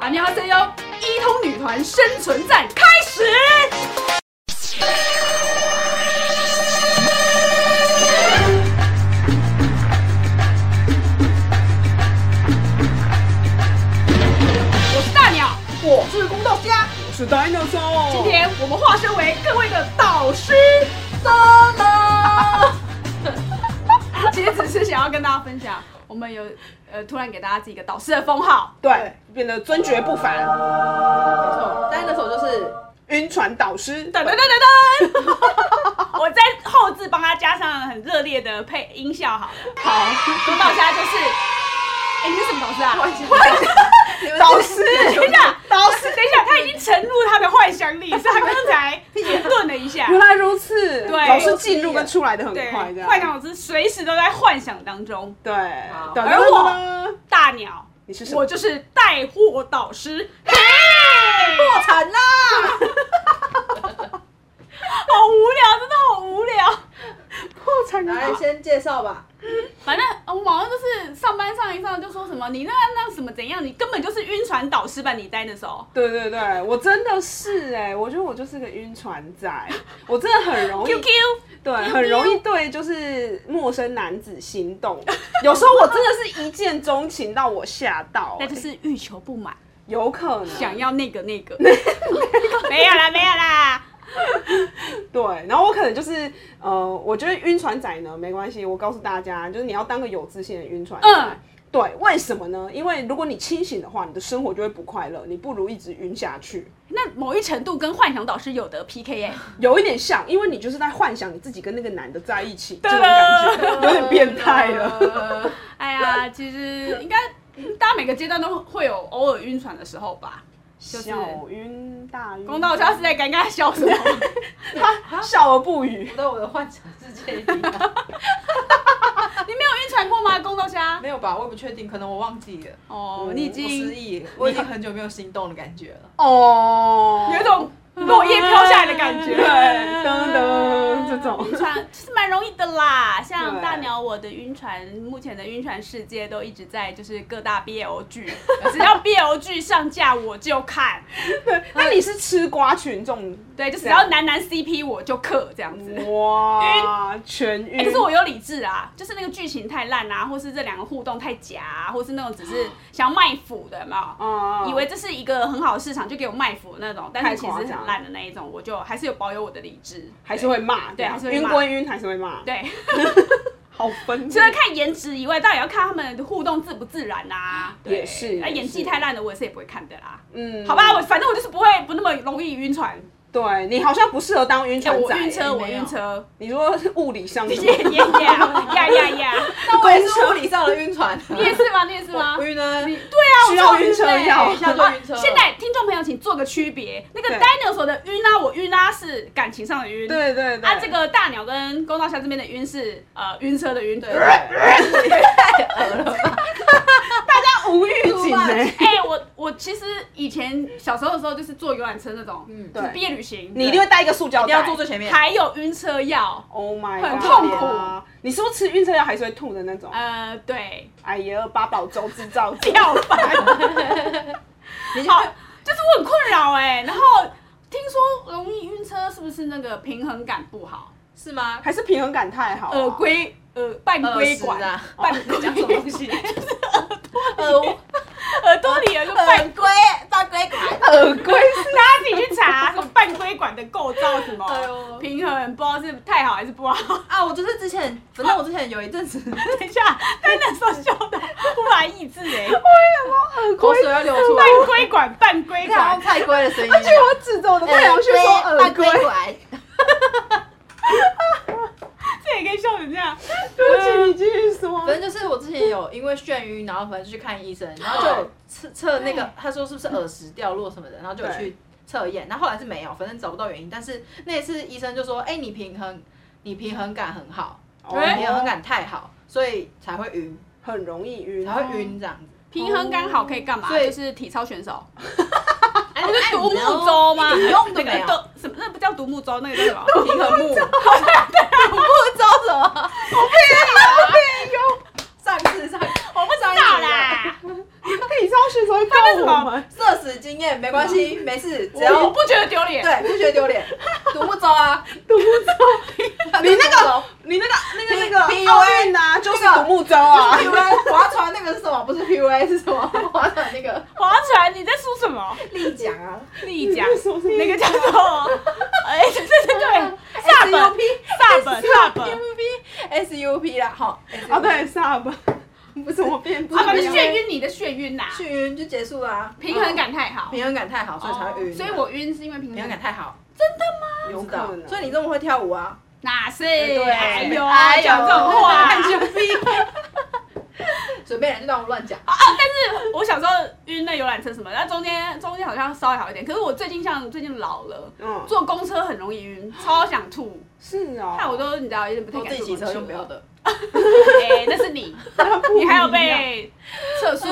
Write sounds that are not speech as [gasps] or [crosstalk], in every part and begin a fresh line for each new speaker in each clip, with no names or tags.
안녕하세요，一通女团生存战开始。我是大鸟，
我是公道虾，我是 dinosaur。
今天我们化身为各位的导师，真 [laughs] 的。其实只是想要跟大家分享，我们有呃突然给大家自己一个导师的封号，
对变得尊爵不凡，
没错，但是那首就是
晕船导师。
噔噔噔噔噔！我在后置帮他加上很热烈的配音效，好了。
好，
说到现在就是，哎、你是什么导师啊？
导师，
等一下，导师，等一下，他已经沉入他的幻想里，所以他刚才停顿了一下。
原来如此，
对
老师进入跟出来的很
对，
快，这样。
幻想老师随时都在幻想当中。
对，
好
对
而我
哎我，
大鸟，
你是什
我
么？
就是带货导师，嘿，
破产啦！
好无聊，真的好无聊。
破产
[laughs] 来，先介绍吧。
反正呃我网上就是上班上一上就说什么你那那什么怎样，你根本就是晕船导师吧？你在那时候
对对对，我真的是哎、我觉得我就是个晕船仔，我真的很容易
，QQ，
对，很容易对就是陌生男子心动。有时候我真的是一见钟情到我吓到、
那就是欲求不满，
有可能
想要那个那个， [laughs] 没有啦，没有啦。
对，然后我可能就是呃，我觉得晕船仔呢没关系，我告诉大家，就是你要当个有自信的晕船仔。
嗯
对，为什么呢？因为如果你清醒的话，你的生活就会不快乐，你不如一直晕下去，
那某一程度跟幻想导师有得 PK [laughs] 哎、
有一点像，因为你就是在幻想你自己跟那个男的在一起，这种感觉有点变态了。
呃。
[laughs] 哎呀，其实应该大家每个阶段都会有偶尔晕船的时候吧。就是
小晕大晕，
公道家是在尴尬笑 [laughs] 什么？
他笑而不语。
我在我的幻想世界里啊、
你没有晕船过吗？公道家？
[laughs] 没有吧？我也不确定，可能我忘记了。
哦，你已
我失
经
忆，我已经很久没有心动的感觉了。
哦，
有一种落叶飘下来的感 [laughs] 觉。
对，噔噔这种
晕船其实蛮容易的
[laughs]
啦，像
对
大鸟我的晕船，目前的晕船世界都一直在就是各大 BL 剧，只要 BL 剧上架我就
[laughs]
看，
那你是吃瓜群众？
对，就只要男男 CP 我就嗑这样子。
哇，全晕。
哎可是我有理智啊，就是那个剧情太烂啊，或是这两个互动太假、啊，或是那种只
[gasps]
是想要卖腐的，有没有？
啊
以为这是一个很好的市场，就给我卖腐那种，但是其实
太夸
很
张
烂的那一种，我就还是有保有我的理智，
还是会骂，
对还是会
晕
骂
归晕，还是会骂， [laughs]
对。
好分
除了啊看颜值以外，当然要看他们的互动自不自然啦、
也
对
是
那
也
演技
是
太烂的，我也是也不会看的啦。
嗯
好吧，我反正我就是不会不那么容易晕船。
对你好像不适合当晕
哎，
船
我
仔。
晕车，
没
我
有
晕车，
你说是物理上
耶
什么？
耶呀呀呀！
但我也是物理上的晕船，
你也是吗？你也是吗
我？晕呢？
对啊，我
需要
超
晕车
的欸
药
一下就晕车
啊
了
现在听众朋友，请做个区别，那个
对
dinosaur 的晕啊，我晕啊是感情上的晕，
[laughs] 对对对。
啊，这个大鸟跟公道侠这边的晕是呃晕车的晕，对
[laughs] 他无预警
[laughs]
呢。
哎、我我其实以前小时候的时候，就是坐游览车那种，嗯，
嗯
就是
对
毕业旅行，
你一定会带一个塑胶
一
袋，
定要坐最前面。
还有晕车药，
Oh my，
很
God
痛苦
啊。你是不是吃晕车药还是会吐的那种？
呃，对，
哎呀，八宝粥制造者。
掉饭，好，就是我很困扰哎、然后听说容易晕车，是不是那个平衡感不好？
是吗？
[laughs] 还是平衡感太好啊、
耳龟呃半龟管，
耳哦石啊 [laughs]
半
你讲什么东西？呃，我
耳朵里有个半， [laughs]
龟，半龟管。
耳龟是
大家自己去查什么半龟管的构造什么，
哎呦
平衡不知道是太好还是不好。
啊，我就是之前，反正我之前有一阵子
等一下，但那时候笑的无法抑制
[laughs]
哎、
[laughs] 口水要流 [laughs] 出来，
半龟管，半龟
你看
管
用，菜龟的声音。
据我指着我的太阳穴说耳
半
龟
龟，管。
这也可以笑成这样。
对不起，你继续说。
反正就是我之前有因为眩晕，然后反正就去看医生，然后就有测测那个，他说是不是耳石掉落什么的，然后就有去测验，然后后来是没有，反正找不到原因。但是那一次医生就说，哎、你平衡，你平衡感很好，
哦
哎
平衡感太好，所以才会晕，
很容易晕，
才会晕这样子。
平衡感好可以干嘛？
所以
就是体操选手，
哎、
不是
那
独木舟吗？
你用都没
那个
有，
都什么？那不叫独木舟，那个叫什么？
平衡木，独木舟什么？
我
好
们，
社死经验没关系，没事，只
我
要
不觉得丢脸。
对不觉得丢脸，独木舟
[laughs]
啊，独木舟，
你那个
个
你那个那个那 [laughs]
你
个奥运啊，就是独木舟啊，
PUA 划船那个是什么？不是 PUA 是什么？划船
[laughs]
那个
划船，你在说什么？
立桨 [laughs] 啊
丽江
你在说什么
那个叫
[laughs]
做，哎，对对对对，萨本
SUP
萨本萨本，
[laughs]
哦啊，
SUP SUP 啦，好，
啊对，萨吧，不怎么变啊不
反正
一样
眩晕你的眩晕呐，
眩晕就结束啦，哦
平衡感太好，
平衡感太好，所以才会
哦
晕，
所以我晕是因为平衡
平
感
衡感太好，
真的吗？
有
有可能
所以你这么会跳舞啊？
哪是？
对
哎呦，
哎呦哎
讲这种
[laughs]
话。
看就逼， [laughs] 随便人就当我乱讲。
啊！但是我小时候晕那游览车什么，那中间中间好像稍微好一点。可是我最近像最近老了，
嗯，
坐公车很容易晕，超想吐。
是哦，
看我都你知道有点不太
啊我
敢
自
坐
己骑
公
车
车
就不要。的，
哎，那是
[laughs]
你，你还有被 [laughs] 测速。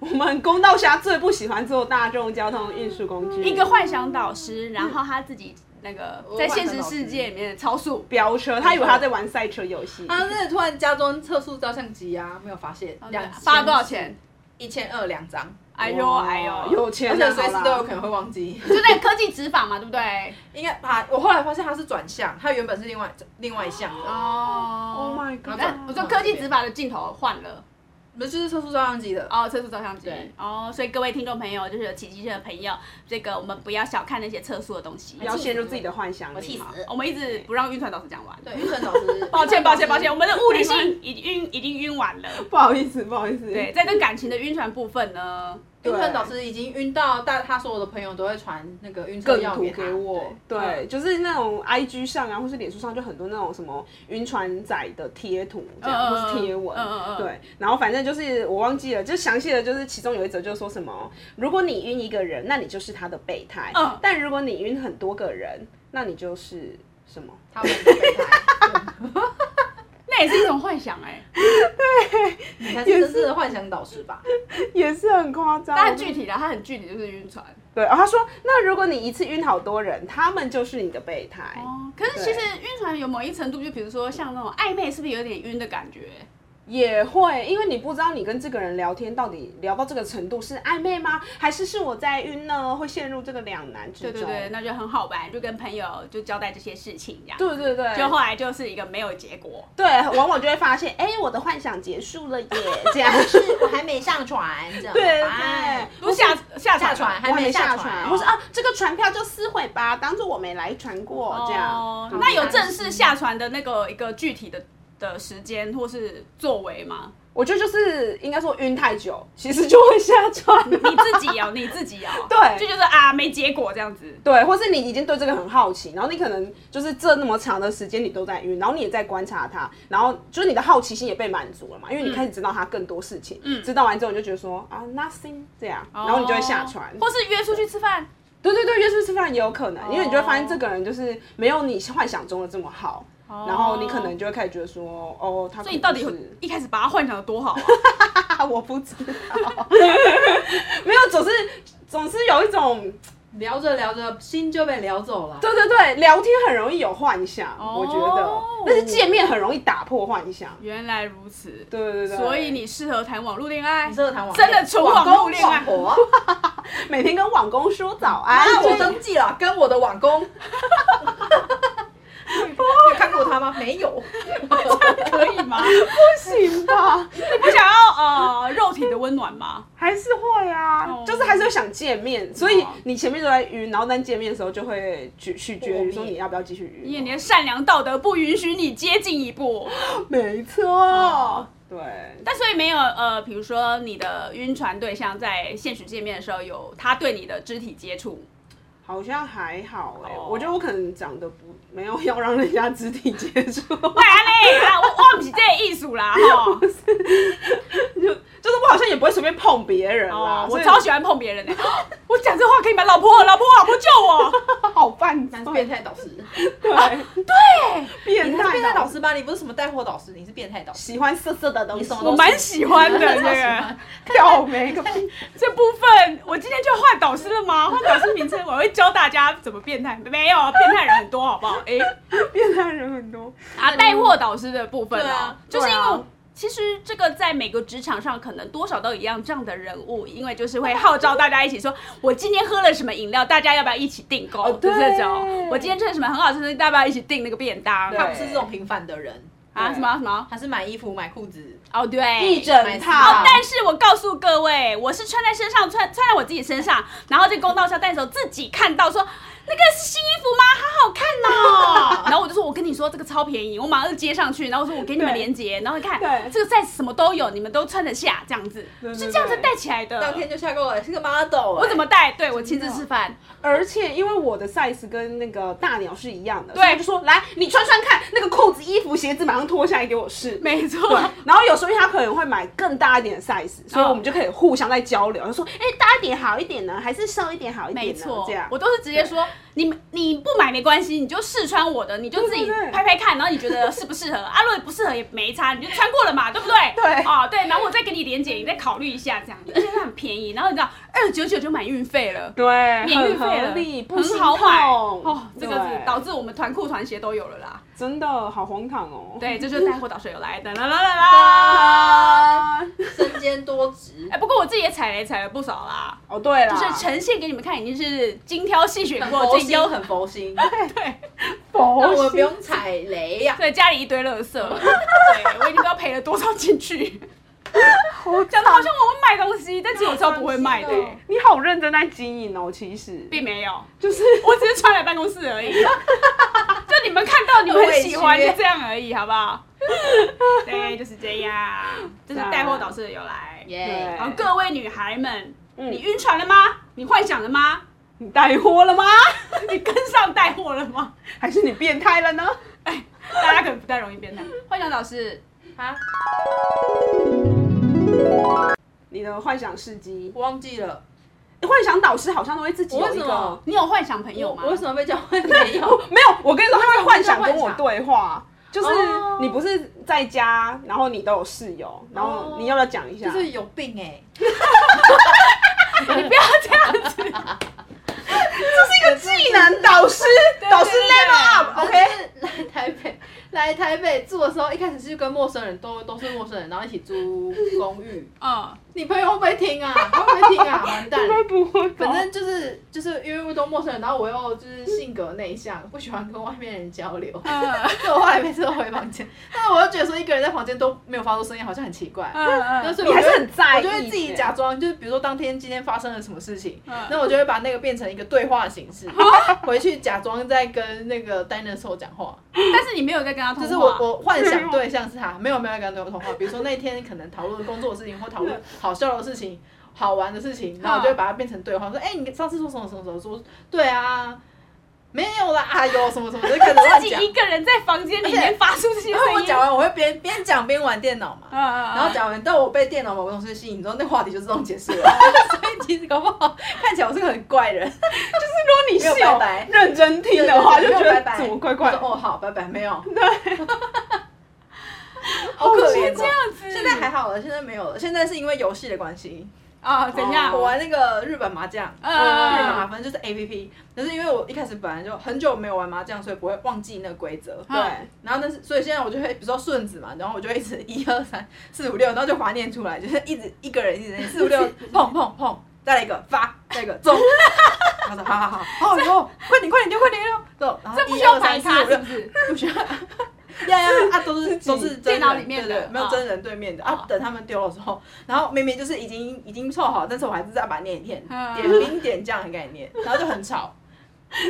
我们公道侠最不喜欢坐大众交通运输工具，
一个幻想导师，然后他自己那个
我
在
幻
现
想
实
导师
世界里面的超速。
飙车，他以为他在玩赛车游戏，
他真的突然加装测速照相机啊，没有发现，两
发了多少钱？？
一千二两张，
哎呦
哇
哎呦，
哦有钱
而
啊，
且随时都有
好啦
可能会忘记。 [laughs]
就在科技执法嘛，对不对？
应该把我后来发现它是转向，它原本是另外另外一项的，
哦
Oh my god
哎我说科技执法的镜头换了。
不是就是测速照相机的。
哦，测速照相机
对。
哦，所以各位听众朋友，就是有骑机车的朋友，这个我们不要小看那些测速的东西
不。要陷入自己的幻想里，
我气死
好
我们一直不让晕船导师讲完。
对，玉成老师，
抱歉，抱歉，抱歉，我
我
们的物理性已经晕，已经晕完了。
不好意思，不好意思，
对，，在这感情的晕船部分呢，
晕船
对
导师已经晕到，但他所有的朋友都会传那个晕车
梗
药
图
他
给我，对，
嗯
就是那种 I G 上啊，或是脸书上就很多那种什么晕船仔的贴图这样，
嗯嗯
或是贴文，
嗯嗯嗯
对，然后反正就是我忘记了，就详细的就是其中有一则就是说什么，如果你晕一个人，那你就是他的备胎，
嗯
但如果你晕很多个人，那你就是什么？
他们的备胎，
那也是一种幻想哎、
对你才是真正的幻想导师吧？
也是很夸张，
但具体的，它很具体，就是晕船。
对，哦然后他说，那如果你一次晕好多人，他们就是你的备胎，
哦，可是其实晕船有某一程度，就比如说像那种暧昧，是不是有点晕的感觉？
也会，因为你不知道你跟这个人聊天到底聊到这个程度是暧昧吗，还是是我在晕呢？会陷入这个两难之
对
中。
对对，那就很好玩，就跟朋友就交代这些事情这样。
对对对
就后来就是一个没有结果。
对，往往就会发现，哎、我的幻想结束
[laughs]
了耶，这样。
是我还没上船，这样
对对
哎
不下下
下船
船哦
我还
还没
没
下
下
船
船，或是啊，这个船票就撕毁吧，当做我没来船过，这样。
哦
嗯
那有正式下船的那个一个具体的的时间或是作为吗？
我觉得就是应该说晕太久，其实就会下船。
你自己哦，你自己哦，
[laughs] 对
就就是啊，没结果这样子。
对，或是你已经对这个很好奇，然后你可能就是这那么长的时间你都在晕，然后你也在观察它，然后就是你的好奇心也被满足了嘛，因
嗯
为你开始知道它更多事情，嗯，知道完之后你就觉得说啊 nothing 这样，然后你就会下船，
哦或是约出去吃饭。
对对对，约出去吃饭也有可能，因为你就会发
哦
现这个人就是没有你幻想中的这么好，然后你可能就会开始觉得说哦，他
所以哦你到底
可
有
能是
一开始把他幻想的多好啊？ [laughs]
啊我不知道， [laughs] 没有，总是总是有一种
聊着聊着心就被聊走了。
对对对，聊天很容易有幻想，
哦
我觉得，但是见面很容易打破幻想。
原来如此，
对对对，
所以你适合谈网络恋爱
你。适合谈网
真的纯网络恋爱
网公网婆
每天跟网工说早安，
哦
啊！
就
我
是
登记了，跟我的网工。 [laughs] 你有看过他吗？没 [laughs] 有。
可以 [laughs] 吗？
不行
[laughs]
吧？
你不想要呃肉体的温暖吗？
还是会啊，
哦
就是还是会想见面，所以
哦
你前面都在晕，然后但见面的时候就会取取决于说你要不要继续
因为你
晕
的善良道德不允许你接近一步。
哦。没错，对，
哦但所以没有呃，比如说你的晕船对象在现实见面的时候有他对你的肢体接触，
好像还好哎、
哦
我觉得我可能长得不没有要让人家肢体接
[laughs]
触，
喂嘞，啊我我不是这个意思啦吼，
[laughs] 就是我好像也不会随便碰别人啦
哦，，我
所以
超喜欢碰别人的、哦我讲这话可以吗？老婆，老婆，老婆救我！ [laughs]
好犯
男
罪
变态导师，
对、
哦对，
变
你是变态
态
导师吧？你不是什么带货导师，你是变态导师。
喜欢色色的东
你
西
什，么
我
都
蛮喜欢的这 [laughs]
超喜
个
欢
挑眉个屁！
这部分，我今天就要换导师了吗？换导师名称，我会教大家怎么变态。没有，变态人很 [laughs] 多，好不好？哎、
变态人很多， [laughs]
啊，带货导师的部分
对
啊
啊，
就是因为
对
我
啊。
其其实这个在每个职场上可能多少都一样，这样的人物，因为就是会号召大家一起说，我今天喝了什么饮料，大家要不要一起订购？
对
就是这种，我今天吃了什么很好吃的东西，大家要不要一起订那个便当？
他不是这种平凡的人
啊什么什么？
他是买衣服、买裤子，
哦对，
一整套
好
哦，但是我告诉各位，我是穿在身上，穿穿在我自己身上，然后在公道上带走，自己看到说那个是新衣服吗？好好看哦。然 [laughs] 后我就说，我跟你说这个超便宜，我马上就接上去，然后我说我给你们
对
链接，然后你
对
看这个 size 什么都有，你们都穿得下，这样子
对对
是这样子带起来的。
当天就下购了，是个 model 欸。
我怎么带？对我亲
真的
自示范，
而且因为我的 size 跟那个大鸟是一样的，
对
所以我就说来你穿穿看，那个裤子、衣服、鞋子马上脱下来给
[laughs]
我试。
没
对
错。，
然后有时候因为他可能会买更大一点的
啊
size，所以我们就可以互相在交流，他说哎、大一点好一点呢，还是瘦一点好一点
没
呢？
错
这样，
我都是直接说你你不买没关系，你就试穿我的，你就自己
对对对
拍拍看，然后你觉得适不适合啊？如果不适合也没差，你就穿过了嘛，对不对？
[laughs] 对
哦对，然后我再给你连结，你再考虑一下这样子，而且它很便宜，然后你知道二九九就买运费了。
对，
免运
很
费
合
了，
理，不心
很好买
痛
哦。这个是
对
导致我们团裤团鞋都有了
[laughs]
啦。
真的好荒唐哦。
对，这就是带货导水有来的啦啦啦啦。
身兼多职
哎，？不过我自己也踩雷踩了不少啦，
哦，对啦，
就是呈现给你们看，已经是精挑细选
很
过，
佛
最优
心，很佛 [laughs] 心。
佛
那我们
心
不用踩雷啊呀、
对，家里一堆垃圾，对我已经不知道赔了多少进去。
[laughs]
讲的好像我会卖东西，但其实我超不会卖的、
好伤心哦
你好认真在经营哦，其实
并没有，
就是
我只是穿来办公室而已。就你们看到你们喜欢就这样而已，好不好？对，就是这样，这是带货导师的由来。
[laughs] 耶、
好，各位女孩们，
嗯
你晕船了吗？你幻想了吗？
你带货了吗？ [laughs]
你跟上带货了吗？
还是你变态了呢？
哎，大家可能不太容易变态。幻想导师，
啊，
你的幻想事迹，
我忘记了，
幻想导师好像都会自己
我
有
为
一
什
个
么。
你有幻想朋友
我
吗？
我为什么被叫会没 [laughs] 有？
没有，我跟你说，他会幻想
我为
跟我
什么幻想
对话，就是
哦
你不是在家，然后你都有室友，然后
哦
你要不要讲一下？
就是有病哎、
你哎不要这样子。
这是一个技能导师，导师
对对
level up，OK？
反正就是来台北，来台北住的时候，一开始是跟陌生人都都是陌生人，然后一起租公寓。
嗯，
[laughs] 你朋友会不会听 [laughs] 啊？会不会听啊？完蛋！
会不会？
反正就是就是因为都陌生人，然后我又就是性格内向，不喜欢跟外面人交 [laughs] 流，
嗯
所以我后来每次都回房间。但是我又觉得说一个人在房间都没有发出声音，好像很奇 [laughs] 怪。
[laughs] 嗯
那
嗯，
所以
你
我
还
就是会
很在意
我
耶，
就会自己假装，就是比如说当天今天发生了什么事情，
嗯
那我就会把那个变成一个对话形 [laughs] 式，回去假装在跟那个 dinosaur 讲话，
但是你没有在跟他通
就
话，
是我我幻想对象是他，没有没有跟他通话，比如说那天可能讨论工作的事情或讨论好笑的事情。好玩的事情，然后我就会把它变成对话，说：“哎、你上次说什么什么什么？”说：“对啊，没有啦，啊有什么什么，就开始乱
自己
讲。
一个人在房间里面发出这”些
然后
声
我
音。
讲完，我会边边讲边玩电脑嘛。
嗯嗯，
然后讲完，但我被电脑某个东西吸引之后，那话题就自动结束了。所以其实搞不好看起来我是个很怪人，
如果你室
没有
友
拜拜
认真听的话，
对
就觉
对对没有拜
得
拜
怎么怪怪
我
的。
说哦，好，拜拜，没有。对，好可怜、
是
哦。
这样子。
现在还好了，现在没有了。现在是因为游戏的关系，
啊，怎样？
哦我玩那个日本麻将，
嗯
日本麻反正就是 A P P。可是因为我一开始本来就很久没有玩麻将，所以不会忘记那个规则。
嗯
对，
然后但是，所以现在我就会，比如说顺子嘛，然后我就会一直一二三 [laughs] 四五六，然后就划念出来，就是一直一个人一
[laughs]
直念四五六，碰碰碰，再来一个发，再来一个中。 [laughs] 他说好好好， [laughs] 好以后快点快点丢快点丢，走，然后
这不
一
需要
二
排
三四
卡
五
是
六
不，是？
不需要。呀呀啊，都 [laughs] 是都是真
电
人
脑里面的
对对没有
哦
真人对面的啊
哦。
等他们丢的时候，然后明明就是已经已经凑好，但是我还是再把它念一念，
嗯
点兵点将的概念，然后就很吵。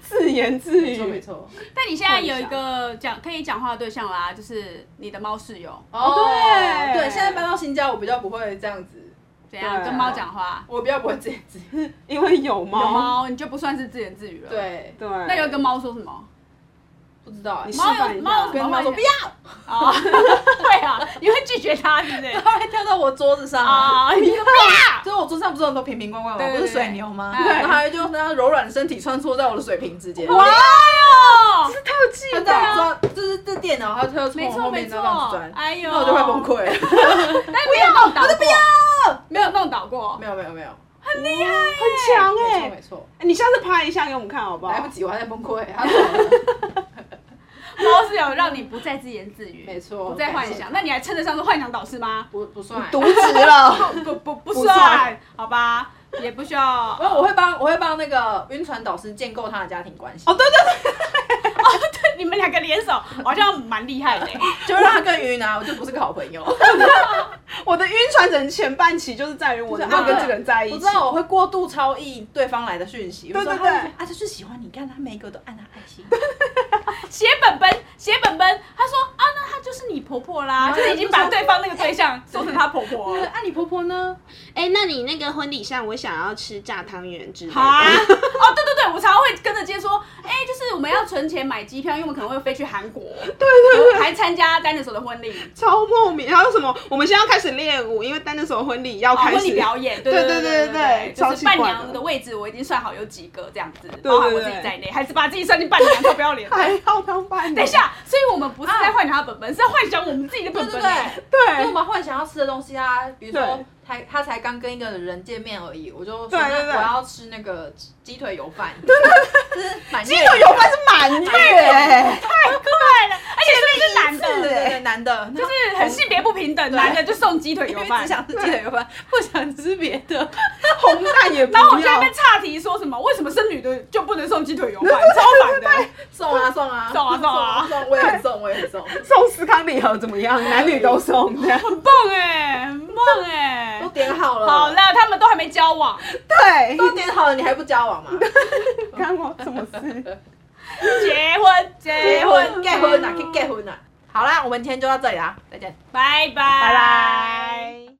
自言自
[laughs] 没错没
语。
错，
但你现在有一个讲可以讲话的对象啦，就是你的猫室友，
对
哦对，现在搬到新家，我比较不会这样子。
怎样
啊
对
跟猫讲话？
我比较不会自言 [laughs] 自语。
因为有
有
猫，
猫你就不算是自言自语了。，
对，
对，
那你会跟猫说什么？
不知道、
你
欸。
示
猫
范一
有
下
猫有
跟
什么
猫
会
说不要，
啊？ [laughs] 对啊，你会拒绝它，对不对？
它会跳到我桌子上啊。
啊，你就说不
就是我桌上不是有很多瓶瓶罐罐吗？
对对
不
对
是水牛吗？
对
[laughs] 然后还有就那柔软的身体穿梭嗯在我的水瓶之间。
要！哇！哦，
特技
它在我
感，
抓，啊就是这电脑，它跳从
没
我
错
后
没
面这
错
样子，钻，
哎呦，
那我就会崩。溃了。
但没有弄倒过，没有弄倒过，
[laughs] 没有没有没有，
很厉害。
很强
没错
哎
没。错，
哎你下次拍一下给我们看好不
[laughs] 来
好？
不及，我还在崩溃。它走了
我猫是有让你不再自言自语，
没错
不再幻想。那你还称得上是幻想导师吗？
不不算。
渎职了。
不啊不不
算
算，好吧，也不需要。
我我会帮我会帮那个晕船导师建构他的家庭关系，
哦，对对对，哦对， [laughs] 你们两个联手好像蛮厉害的欸。
就让他更晕啊， [laughs] 我就不是个好朋友。
[laughs] 我的晕船人前半期就是在于我能不能跟这个人在一
我知
起。
道我会过度超译对方来的讯息，
对对
我说他
对
啊，他就是喜欢你，看他每一个都按他爱心，
写本本，写本本，他说啊，那她就是你婆婆啦，
然后
就是已经把对方那个对象说成她婆婆
[laughs] 对
了。
啊，你婆婆呢？
哎、那你那个婚礼上，我想要吃炸汤圆之类
啊！哦，对对对，我常常会跟着接说，哎、就是我们要存钱买机票，因为我们可能会飞去韩国， [laughs] 对对对，还参加 Dinosaur 的婚礼，
超莫名。还有什么？我们现在要开始练舞，因为单那首婚礼要
哦，
开始、
婚礼表演，对
对
对
对
对
对对
就
超
是
奇怪
伴
的
娘的位置我已经算好有几个这样子，
对
包含我
对
自己
对
在内，还是把自己算进伴娘，超不要脸。
还要当伴娘。
等一，下，所以我们不是在幻想他的本本，是在幻想我们自己的
[laughs] 对
本
对
本。
啊对。因为我
对
们幻想要吃的东西啊，比如说
对
他他才刚跟一个人见面而已，我就说
对对对
那我要吃那个鸡腿油饭，对 [laughs] 对对，满
鸡腿油饭是满月、哎
太快了，而且是不是男
对
的？
对对男的，就
就是很性别不平等，男的就送鸡腿
因
油
为
饭
只。想吃鸡腿油饭，不想吃别的，
[laughs] 红蛋也不
然后我现在
要。
被岔题说什么？为什么生女的就不能送鸡腿油饭？超烦的。
送啊 [laughs] 送啊
送啊送啊
送，我也很送我也很送，
送斯康礼盒怎么样？男女都送这样。
很棒哎，很棒哎
都。点好了，
好了，他们都还没交往，
[laughs]
对，
都点好了，你还不交往吗？
干我什么事？
结婚，
结
结
婚
婚，
结婚啊，去结婚啊！好啦，我们今天就到这里啦，再见。
拜拜，拜
拜拜。